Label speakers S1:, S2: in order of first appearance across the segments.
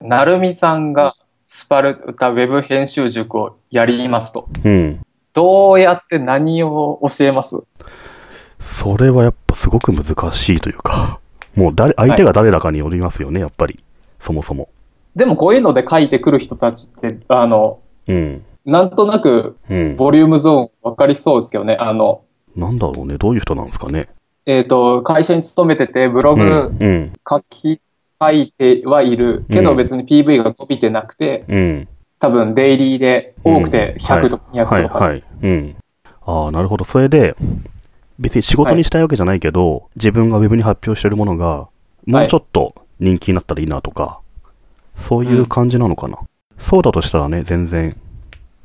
S1: なるみさんがスパルタウェブ編集塾をやりますと。
S2: うん。
S1: どうやって何を教えます
S2: それはやっぱすごく難しいというか、 もう誰、相手が誰だかによりますよね、やっぱり。そもそも。
S1: でもこういうので書いてくる人たちって、あの、
S2: うん。
S1: なんとなく
S2: うん。
S1: ボリュームゾーン分かりそうですけどね。あの、
S2: なんだろうね、どういう人なんですかね。
S1: えっ、と、会社に勤めててブロ
S2: うん。
S1: グ
S2: うん。
S1: 書き、書いてはいるけ
S2: う
S1: ど
S2: ん
S1: 別に PV が伸びてなくて、
S2: うん。
S1: 多分デイリーで多くて
S2: うん
S1: 100とか
S2: は
S1: 200
S2: い、
S1: とか。
S2: はい。うん。ああ、なるほど。それで、別に仕事にしたいわけじゃないけど、自分がウェブに発表してるものが、もうちょっと人気になったらいいなとか、そういう感じなのかな。そうだとしたらね、全然、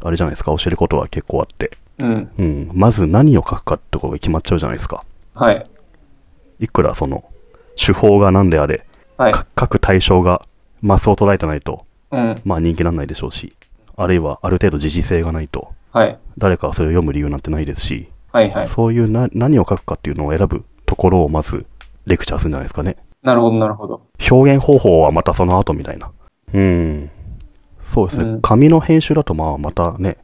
S2: あれじゃないですか、教えることは結構あって。
S1: うん。
S2: うん、まず何を書くかってことが決まっちゃうじゃないですか。
S1: はい。
S2: いくらその、手法が何であれ、
S1: はい。
S2: か書く対象がマスを捉えてないと、
S1: うん。
S2: まあ人気になんないでしょうし、あるいはある程度時事性がないと、
S1: はい。
S2: 誰かがそれを読む理由なんてないですし、
S1: はいはい。
S2: そういうな何を書くかっていうのを選ぶところをまずレクチャーするんじゃないですかね。
S1: なるほど、なるほど。
S2: 表現方法はまたその後みたいな。うん。そうですね。
S1: うん
S2: 紙の編集だとまあまたね、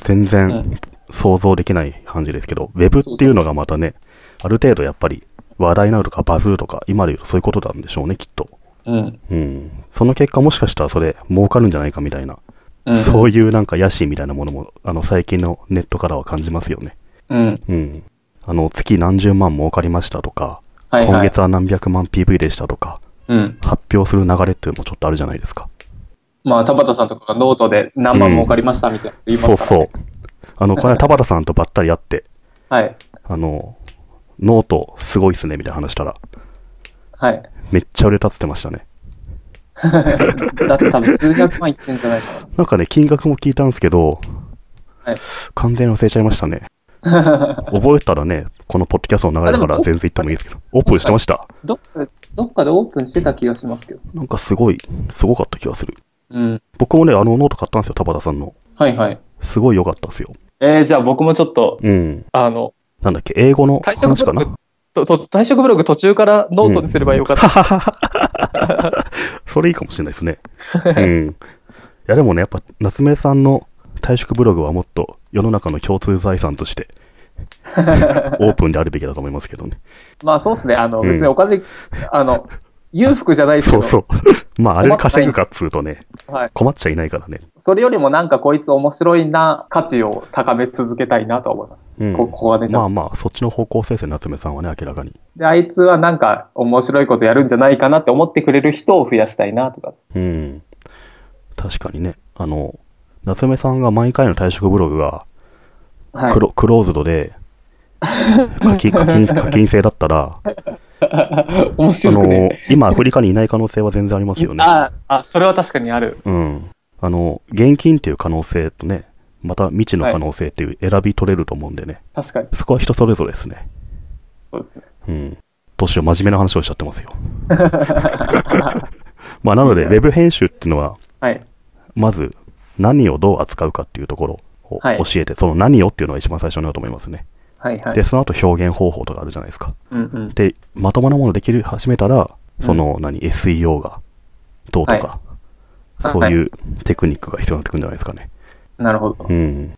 S2: 全
S1: う
S2: 然
S1: ん
S2: 想像できない感じですけど、ウェブっていうのがまたね、ある程度やっぱり話題になるとかバズるとか、今で言うとそういうことなんでしょうね、きっと。
S1: うん。
S2: うん。その結果もしかしたらそれ儲かるんじゃないかみたいな、
S1: うん。
S2: そういうなんか野心みたいなものも、あの最近のネットからは感じますよね。
S1: うん。
S2: うん。あの、月何十万儲かりましたとか、
S1: はい
S2: 今
S1: はい。
S2: 月は何百万 PV でしたとか、
S1: うん。
S2: 発表する流れっていうのもちょっとあるじゃないですか。
S1: まあ、田畑さんとかがノートで何万儲かりましたみたいなこと言います
S2: そ
S1: か
S2: うそう。あの、この間田畑さんとばったり会って、
S1: う。はい。
S2: あの、ノートすごいっすねみたいな話したら、
S1: はい。
S2: めっちゃ売れたっつってましたね。
S1: だって多分数百万いってんじゃないか
S2: なんかね、金額も聞いたんですけど、
S1: はい
S2: 完全に忘れちゃいまし たね。
S1: な。
S2: 覚えたらね、このポッドキャストの流れだから
S1: あでも
S2: 全然言ってもいいですけど、オープンしてました。
S1: どっか、どっかでオープンしてた気がしますけど。
S2: なんかすごい、すごかった気がする。
S1: うん。
S2: 僕もね、あのノート買ったんですよ、田畑さんの。
S1: はいはい。
S2: すごい良かったですよ。
S1: えー、じゃあ僕もちょっと、
S2: うん。
S1: あの、
S2: なんだっけ、英語の
S1: 退職
S2: 話
S1: ブ
S2: か
S1: ロ
S2: な
S1: グ。、とと退職ブログ途中からノートにすればよかった。
S2: それいいかもしれないですね。うん。いや、でもね、やっぱ、夏目さんの退職ブログはもっと世の中の共通財産と して、オープンであるべきだと思いますけどね。
S1: まあそうですね。あの、
S2: うん
S1: 別にお金、あの、裕福じゃないですけ
S2: そ
S1: ど、
S2: うそう。まあ、あれで稼ぐかっつうとね、
S1: はい。
S2: 困っちゃいないからね。
S1: それよりもなんかこいつ面白いな、価値を高め続けたいなと思います。
S2: うん
S1: こここがね、
S2: まあまあ、そっちの方向性ですね、夏目さんはね、明らかに。
S1: で、あいつはなんか面白いことやるんじゃないかなって思ってくれる人を増やしたいなとか。
S2: うん。確かにね、あの、夏目さんが毎回の退職ブログが
S1: はい
S2: ク。ロ,、クローズドで、課金、課金、課金制だったら、
S1: 面
S2: あ
S1: 白く
S2: の
S1: ね。、
S2: 今アフリカにいない可能性は全然ありますよね。
S1: ああ、それは確かにある。
S2: うん。あの、現金っていう可能性とね、また未知の可能性っていう選び取れると思うんでね、
S1: 確かに。
S2: そこは人それぞれですね。
S1: そうですね。
S2: うん。どうしよう、真面目な話をしちゃってますよ。まあ、なので、ウェブ編集っていうのは、
S1: はい。
S2: まず、何をどう扱うかっていうところを
S1: はい
S2: 教えて、その何をっていうのが一番最初になると思いますね。
S1: はいはい
S2: で、。その後表現方法とかあるじゃないですか。
S1: うんうん。
S2: で、まともなものできる、始めたら、
S1: うん
S2: その、何、SEO がどうとか、
S1: はい
S2: そういうテクニックが必要になってくるんじゃないですかね。
S1: なるほど
S2: う。ん。